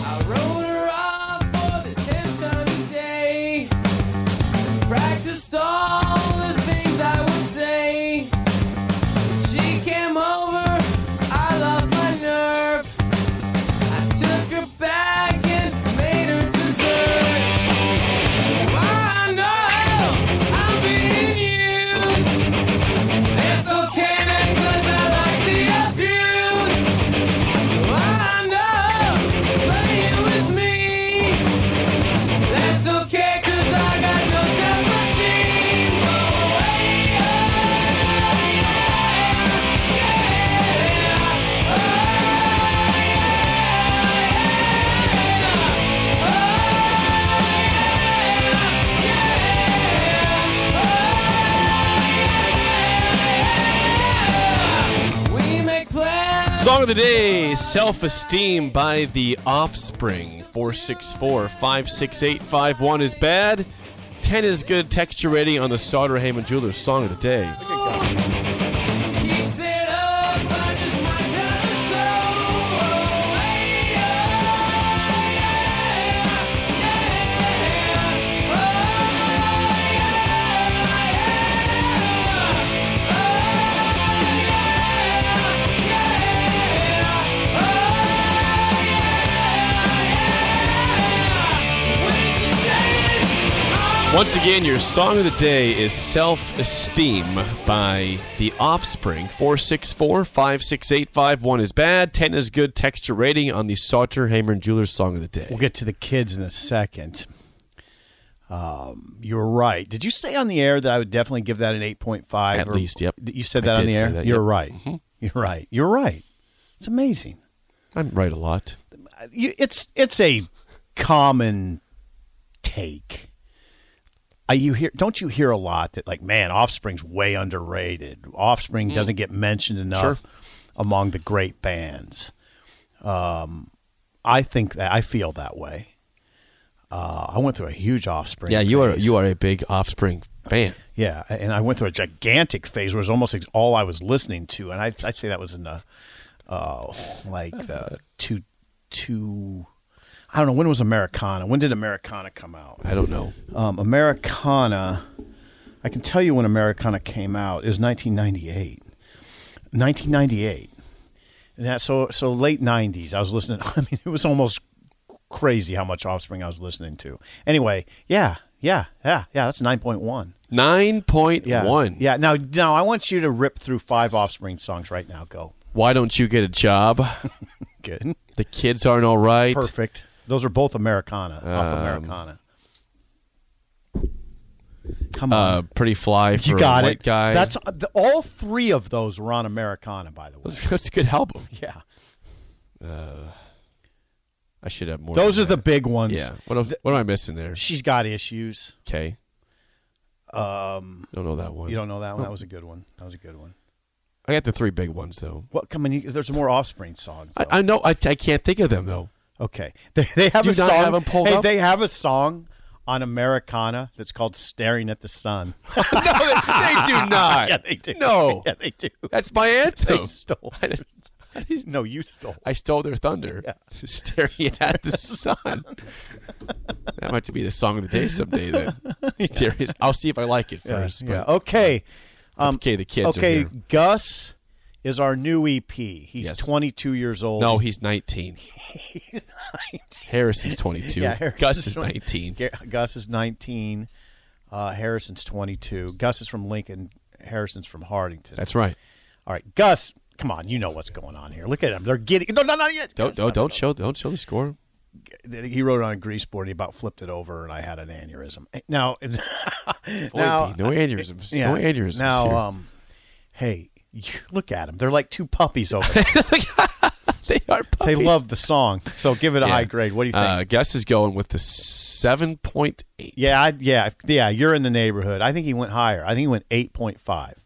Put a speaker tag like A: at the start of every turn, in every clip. A: I wrote her off for the tenth time today. Practiced all the things I would say. She came over, I lost my nerve. I took her back and made her dessert. I know I'm being used. It's okay, man, 'cause I like the abuse. I know playing with me. That's okay, 'cause I got no self-esteem. Oh, hey, yeah. We make plans.
B: Song of the day, Self Esteem by The Offspring. 464 568 51 is bad. 10 is good. Texture ready on the Sauter Heyman Jewelers Song of the Day.
A: Keeps it up, I just might tell her so. Oh, hey, yeah. When she said it,
B: Once again, your song of the day is Self Esteem by The Offspring. 464 568 51 is bad. 10 is good. Texture rating on the Sauter Heyman Jewelers Song of the Day.
C: We'll get to the kids in a second. Um, you're right. Did you say on the air that I would definitely give that an 8.5?
B: At least, yep.
C: You said
B: I
C: that on
B: did
C: the
B: say
C: air?
B: that,
C: you're
B: yep. Mm-hmm.
C: right. You're right. You're right. It's amazing.
B: I'm right a lot.
C: you, it's it's a common take. I you hear don't you hear a lot that like man Offspring's way underrated. Offspring doesn't get mentioned enough
B: Sure.
C: among the great bands. Um, I think that I feel that way. Uh, I went through a huge Offspring.
B: Yeah, you are
C: phase.
B: you are a big Offspring fan.
C: Yeah, and I went through a gigantic phase where it was almost ex- all I was listening to, and I I'd say that was in the, uh, like the two two, I don't know when was Americana. When did Americana come out?
B: I don't know.
C: Um, Americana, I can tell you when Americana came out. It was 1998. 1998. And that, so so late 90s. I was listening. I mean, it was almost crazy how much Offspring I was listening to. Anyway, yeah, yeah, yeah, yeah. That's 9.1.
B: Nine point
C: Yeah.
B: one.
C: Yeah. Now, now I want you to rip through five Offspring songs right now. Go.
B: Why don't you get a job?
C: Good.
B: The kids aren't all right.
C: Perfect. Those are both Americana.
B: Um,
C: off Americana. Come on.
B: Uh, pretty fly for
C: you got
B: a white
C: it.
B: guy.
C: That's uh, the, all three of those were on Americana, by the way.
B: that's a good album.
C: Yeah.
B: I should have more.
C: Those are
B: than
C: the big
B: that.
C: ones.
B: yeah. What, else- what am I missing there?
C: She's got issues.
B: Okay. Um, don't know that one.
C: You don't know that one.
B: Oh.
C: That was a good one. That was a good one.
B: I got the three big ones though.
C: What? Come on. You, there's more Offspring songs. though.
B: I, I know. I, I can't think of them though.
C: Okay. They, they have
B: Do
C: a
B: not
C: song.
B: have 'em pulled
C: hey,
B: up?
C: they have a song on Americana that's called "Staring at the Sun."
B: no, they, they do not.
C: yeah, they do.
B: No,
C: Yeah, they do.
B: that's my anthem.
C: They stole. no, you stole.
B: I stole their thunder, staring at the sun. that might be the song of the day someday. Then, Staring- I'll see if I like it first.
C: Yeah.
B: but-
C: Okay. Um,
B: okay, the kids. Are
C: Okay.
B: here.
C: Gus is our new EP. He's
B: Yes.
C: 22 years old.
B: No, he's 19. Harrison's 22.
C: Yeah, Harrison's
B: Gus is
C: 20.
B: 19.
C: G- Gus is 19. Uh, Harrison's 22. Gus is from Lincoln. Harrison's from Hardington.
B: That's right.
C: All right, Gus. Come on, you know what's going on here. Look at him. They're getting. No, no, not yet.
B: Don't
C: Gus,
B: don't,
C: no, no,
B: don't show don't show the score.
C: he wrote it on a grease board. He about flipped it over, and I had an aneurysm. Eh, Now, now, uh, eh,
B: no aneurysms.
C: yeah,
B: No aneurysms
C: Now,
B: here.
C: um, hey, you, look at him. They're like two puppies over. there.
B: they are
C: They
B: puppies.
C: love the song, so give it a
B: Yeah.
C: high grade. What do you think?
B: Uh, Gus is going with the seven point eight.
C: yeah, I, yeah, yeah. You're in the neighborhood. I think he went higher. I think he went eight point five.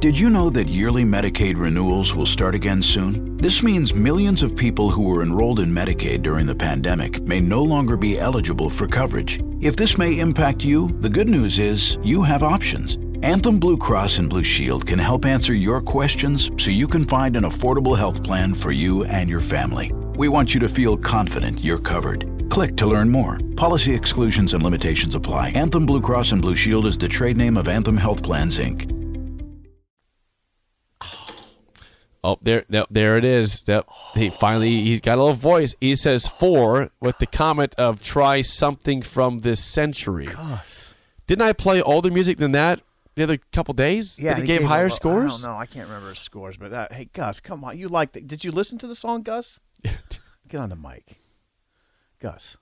D: Did you know that yearly Medicaid renewals will start again soon? This means millions of people who were enrolled in Medicaid during the pandemic may no longer be eligible for coverage. If this may impact you, the good news is you have options. Anthem Blue Cross and Blue Shield can help answer your questions so you can find an affordable health plan for you and your family. We want you to feel confident you're covered. Click to learn more. Policy exclusions and limitations apply. Anthem Blue Cross and Blue Shield is the trade name of Anthem Health Plans, Inc.
B: Oh, there, there, there it is. That he finally he's got a little voice. He says four with the comment of try something from this century. Didn't I play older music than that the other couple days? that he gave, higher scores.
C: I don't know. I can't remember his scores, but that, hey, Gus, come on. You like that? Did you listen to the song, Gus? Get on the mic, Gus.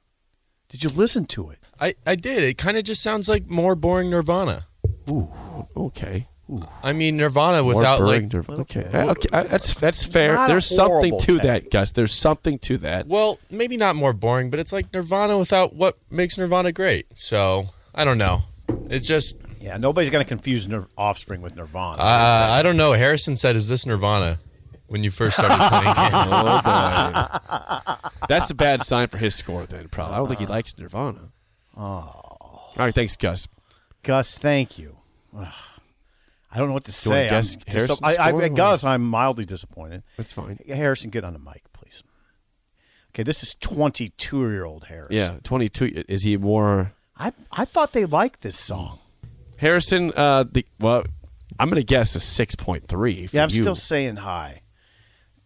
C: Did you listen to it?
E: I, I did. It kind of just sounds like more boring Nirvana.
B: Okay.
E: I mean, Nirvana
B: More
E: without like.
B: Burning- okay, Uh, okay. Uh, that's that's fair.
C: not a
B: There's something
C: horrible
B: to
C: take.
B: that, Gus. There's something to that.
E: Well, maybe not more boring, but it's like Nirvana without what makes Nirvana great. So I don't know. It's just
C: Yeah, nobody's gonna confuse Nir- Offspring with Nirvana.
E: uh, I don't know. Harrison said, "Is this Nirvana?" When you first started playing it.
B: Oh boy, that's a bad sign for his score. Then probably. I don't think he likes Nirvana. Oh. All right. Thanks, Gus.
C: Gus, thank you. Ugh. I don't know what to
B: you wanna
C: say.
B: guess
C: I'm dis-
B: Harrison's
C: I,
B: score
C: I,
B: or-
C: Gus, I'm mildly disappointed.
B: That's fine.
C: Harrison, get on the mic, please. Okay, this is 22 year old Harrison.
B: Yeah, 22. Is he more?
C: I I thought they liked this
B: Mm,
C: song.
B: Harrison, uh, the well, I'm gonna guess a six point three.
C: Yeah, I'm still saying high.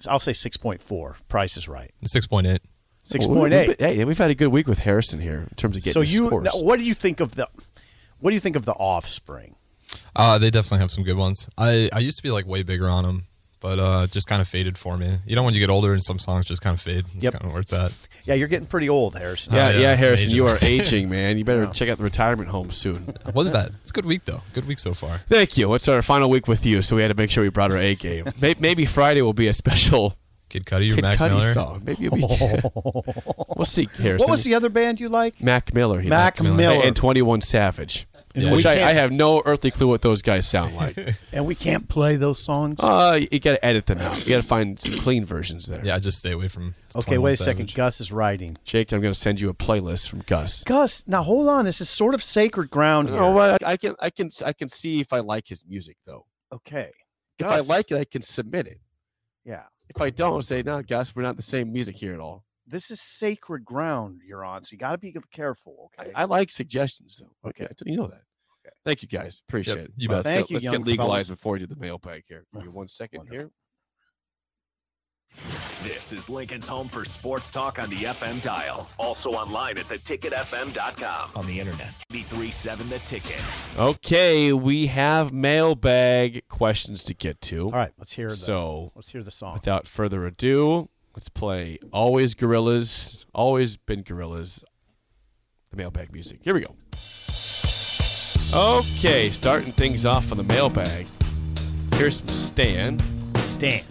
C: I'll say 6.4. Price is right.
E: Six point eight.
C: Six point eight.
B: Hey, we've had a good week with Harrison here in terms of getting
C: So
B: his
C: you,
B: scores.
C: now, what do you think of the, what do you think of the offspring?
F: Uh, they definitely have some good ones. I, I used to be like way bigger on them, but uh, just kind of faded for me. You know, when you get older and some songs just kind of fade. That's
C: Yep.
F: kind of where it's at.
C: Yeah, you're getting pretty old, Harrison.
B: yeah,
F: Oh,
B: yeah,
F: yeah,
B: Harrison,
F: aging.
B: you are aging, man. You better check out the retirement home soon.
F: It wasn't bad. It's a good week though. Good week so far.
B: Thank you. It's our final week with you, so we had to make sure we brought our A game. May- Maybe Friday will be a special
F: Kid Cudi or
B: Kid
F: Mac
B: Cudi
F: Miller.
B: song. Maybe it'll be. we'll see, Harrison.
C: What was the other band you like?
B: Mac Miller? He
C: Mac
B: likes.
C: Miller.
B: and Twenty One Savage,
C: Yeah.
B: which
C: We
B: I,
C: can't-
B: I have no earthly clue what those guys sound like.
C: And we can't play those songs.
B: Uh, you got to edit them out. You got to find some clean versions there.
F: Yeah, I just stay away from.
C: okay,
F: 21
C: wait a second.
F: Savage.
C: Gus is writing.
B: Jake, I'm going to send you a playlist from Gus.
C: Gus, now hold on. This is sort of sacred ground here.
B: Oh, well, I can, I can, I can see if I like his music though.
C: Okay.
B: If
C: Gus.
B: I like it, I can submit it.
C: Yeah.
B: If I don't, I'll say no, Gus, we're not the same music here at all.
C: This is sacred ground you're on, so you got to be careful. Okay.
B: I, I like suggestions though. Okay, I t- you know that. Thank you guys, appreciate it.
F: you
B: Well,
F: bet.
B: let's
C: Thank
B: get,
C: you,
B: Let's
C: young
B: get legalized
C: fellas.
B: before I do the mailbag here. Give me one second here.
G: This is Lincoln's home for sports talk on the FM dial. Also online at theticketfm.com. On the internet. 937 The Ticket.
B: Okay, we have mailbag questions to get to.
C: All right, let's hear the,
B: So
C: let's hear the song.
B: Without further ado, let's play Always Gorillas, Always Been Gorillas, the mailbag music. Here we go. Okay, starting things off on the mailbag. Here's from Stan.
C: Stan.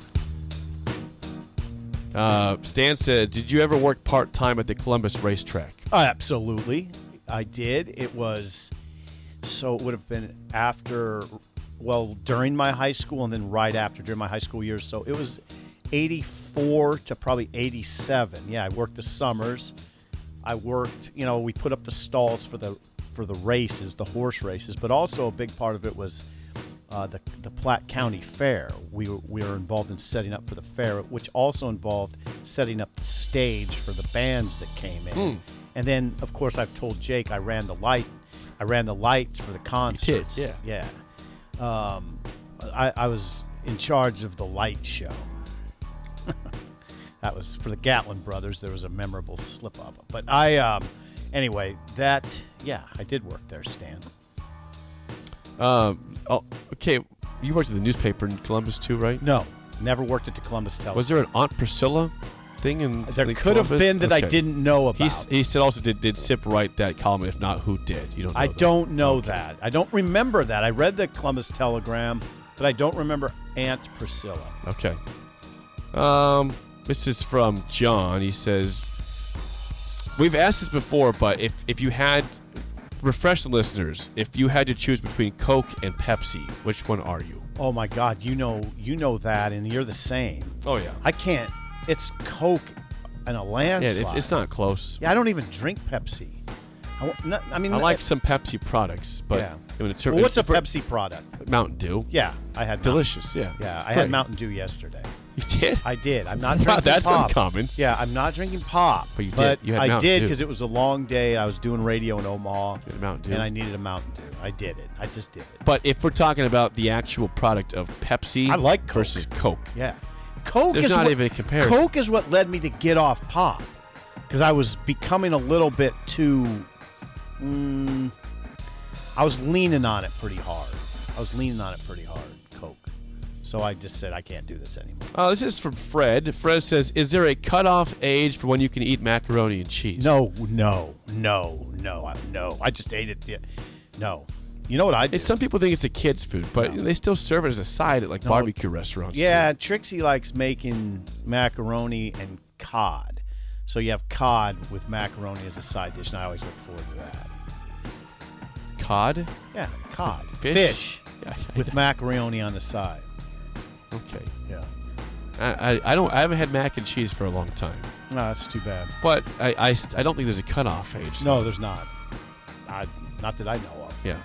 B: Uh, Stan said, Did you ever work part time at the Columbus racetrack?
C: Oh, absolutely. I did. It was so it would have been after well, during my high school and then right after during my high school years. So it was 84 to probably 87. Yeah, I worked the summers. I worked, you know, we put up the stalls for the for the races, the horse races, but also a big part of it was uh, the, the Platte County Fair. We were, we were involved in setting up for the fair, which also involved setting up the stage for the bands that came in. And then, of course, I've told Jake I ran the light. I ran the lights for the concerts.
B: yeah.
C: yeah. Um, I, I was in charge of the light show. that was for the Gatlin brothers. There was a memorable slip up, but I, um, anyway, that yeah, I did work there, Stan.
B: Um, oh, okay, you worked at the newspaper in Columbus too, right?
C: No, never worked at the Columbus Television.
B: Was there an Aunt Priscilla thing in
C: There
B: in
C: could have
B: Columbus?
C: been that I
B: Okay.
C: didn't know about.
B: He, s- he said also did did Sip write that column? If not, who did? You don't. Know
C: I
B: that.
C: don't know that. I don't remember that. I read the Columbus Telegram, but I don't remember Aunt Priscilla.
B: Okay. Um, This is from John. He says, "We've asked this before, but if if you had refresh the listeners, if you had to choose between Coke and Pepsi, which one are you?"
C: Oh my God, you know you know that, and you're the same.
B: Oh yeah,
C: I can't. It's Coke and
B: yeah.
C: a landslide.
B: It's, it's not close.
C: Yeah, I don't even drink Pepsi. I, won't- not, I mean,
B: I like
C: it-
B: some Pepsi products, but
C: Mm. Yeah.
B: when it's
C: Well, what's a
B: for-
C: Pepsi product?
B: Mountain Dew.
C: Yeah, I had Mountain-
B: Delicious, yeah.
C: Yeah,
B: It's
C: I
B: great.
C: had Mountain Dew yesterday.
B: You did?
C: I did. I'm not
B: Wow,
C: drinking
B: that's
C: pop.
B: uncommon.
C: Yeah, I'm not drinking pop.
B: But you did.
C: But
B: You had
C: I
B: Mountain
C: did
B: Dew.
C: because it was a long day. I was doing radio in Omaha.
B: had Mountain Dew.
C: And I needed a Mountain Dew. I did it. I just did it.
B: But if we're talking about the actual product of Pepsi
C: I like Coke.
B: versus Coke,
C: Yeah. Coke
B: There's
C: is
B: not
C: what,
B: even a comparison.
C: Coke is what led me to get off pop because I was becoming a little bit too. mm, I was leaning on it pretty hard. I was leaning on it pretty hard, Coke. So I just said I can't do this anymore.
B: Uh, this is from Fred. Fred says, "Is there a cutoff age for when you can eat macaroni and cheese?"
C: No, no, no, no, I- no. I just ate it. the- No, you know what I did?
B: It's, some people think it's a kid's food, but they still serve it as a side at like barbecue restaurants.
C: yeah,
B: too.
C: Trixie likes making macaroni and cod. So you have cod with macaroni as a side dish, and I always look forward to that.
B: cod.
C: Yeah, cod.
B: Fish? Yeah, I-
C: with macaroni on the side.
B: Okay,
C: Yeah.
B: I, I, I don't. I haven't had mac and cheese for a long time,
C: No, that's too bad.
B: but I, I, st- I don't think there's a cutoff age.
C: No, there's not. I, not that I know of.
B: Yeah.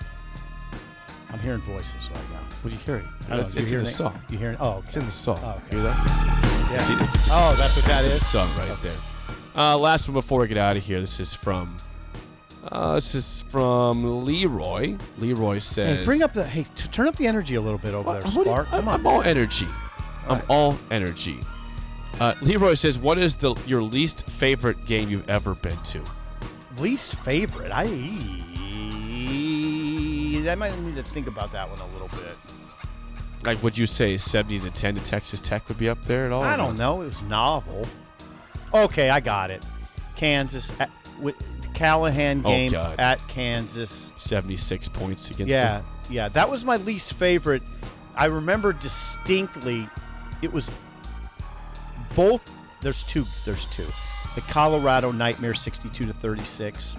C: I'm hearing voices right now.
B: What are you hearing?
C: I don't
B: Oh, it's
C: know,
B: it's
C: you
B: in the
C: hearing it?
B: song.
C: You hearing? Oh, okay.
B: It's in the song.
C: Oh, okay.
B: Hear that?
C: Yeah.
B: See, the-
C: oh, that's what that
B: That's
C: is.
B: a song right there. Uh, last one before we get out of here. This is from. Uh, this is from Leroy. Leroy says,
C: Hey, bring up the hey, t- turn up the energy a little bit over there,
B: Uh, what do you-
C: Spark. Come
B: I'm,
C: on.
B: I'm all energy. I'm all energy. Uh, Leroy says, "What is the your least favorite game you've ever been to?"
C: Least favorite. I. I might need to think about that one a little bit.
B: Like, would you say seventy to ten to Texas Tech would be up there at all?
C: I don't know. It was novel. Okay, I got it. Kansas at, with the Callahan
B: Oh,
C: game
B: God.
C: at Kansas.
B: Seventy-six points against.
C: Yeah,
B: them.
C: yeah, that was my least favorite. I remember distinctly. It was both. There's two. There's two. The Colorado Nightmare, 62 to 36.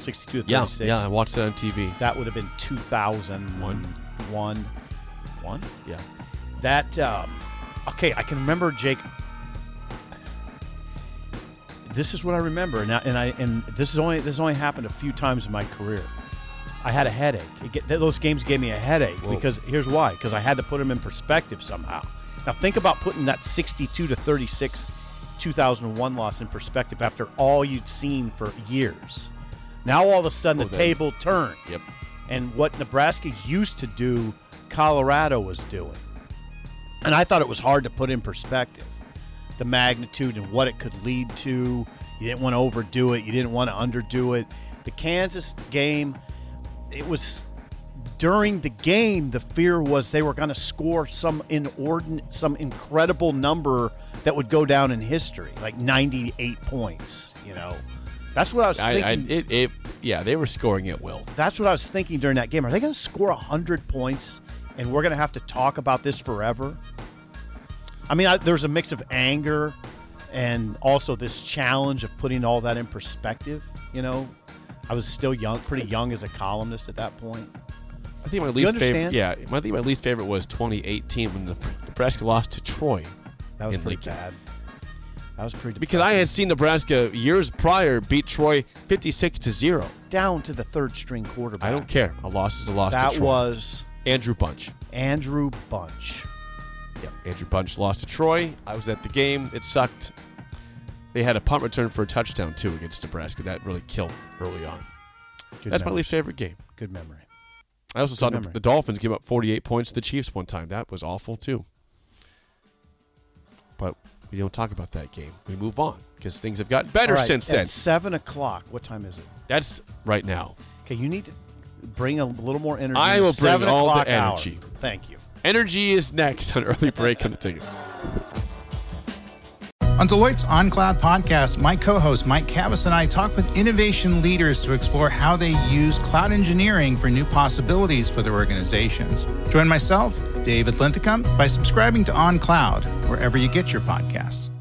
C: 62 to
B: yeah,
C: 36.
B: yeah. I watched that on TV.
C: That would have been 2001. One. One?
B: Yeah,
C: That um, okay, I can remember Jake. This is what I remember, and I, and I and this is only this only happened a few times in my career. I had a headache. It get, those games gave me a headache because here's why: because I had to put them in perspective somehow. Now think about putting that 62 to 36 2001 loss in perspective after all you'd seen for years. Now all of a sudden the
B: Oh, then-
C: table turned.
B: Yep.
C: And what Nebraska used to do, Colorado was doing. And I thought it was hard to put in perspective the magnitude and what it could lead to. You didn't want to overdo it, you didn't want to underdo it. The Kansas game, it was during the game the fear was they were going to score some inordinate some incredible number that would go down in history like 98 points you know that's what i was
B: I,
C: thinking
B: I, it, it, yeah, they were scoring at will.
C: that's what I was thinking during that game. Are they going to score 100 points and we're going to have to talk about this forever? I mean, I, there's a mix of anger and also this challenge of putting all that in perspective. You know, I was still young, pretty young as a columnist at that point.
B: I think my least favorite.
C: understand?
B: Yeah, I think my least favorite was 2018 when Nebraska lost to Troy.
C: That was
B: in
C: pretty
B: Lincoln.
C: bad. That was pretty
B: because I had seen Nebraska years prior beat Troy 56 to 0.
C: down to the third string quarterback.
B: I don't care. A loss is a loss
C: That
B: to Troy.
C: was
B: Andrew Bunch.
C: Andrew Bunch.
B: Andrew Bunch lost to Troy. I was at the game. It sucked. They had a punt return for a touchdown too against Nebraska. That really killed early on.
C: Good
B: That's my
C: memory.
B: least favorite game.
C: Good memory.
B: I also saw
C: memory.
B: the Dolphins give up 48 points to the Chiefs one time. That was awful too. But we don't talk about that game. We move on because things have gotten better
C: All right,
B: since
C: at
B: then.
C: seven o'clock. What time is it?
B: That's right now.
C: Okay, you need to bring a little more energy.
B: I will bring
C: Seven
B: all the
C: o'clock hour.
B: energy.
C: Thank you.
B: Energy is next on early break on the ticket.
H: On Deloitte's OnCloud podcast, my co host Mike Cavus and I talk with innovation leaders to explore how they use cloud engineering for new possibilities for their organizations. Join myself, David Linthicum, by subscribing to OnCloud, wherever you get your podcasts.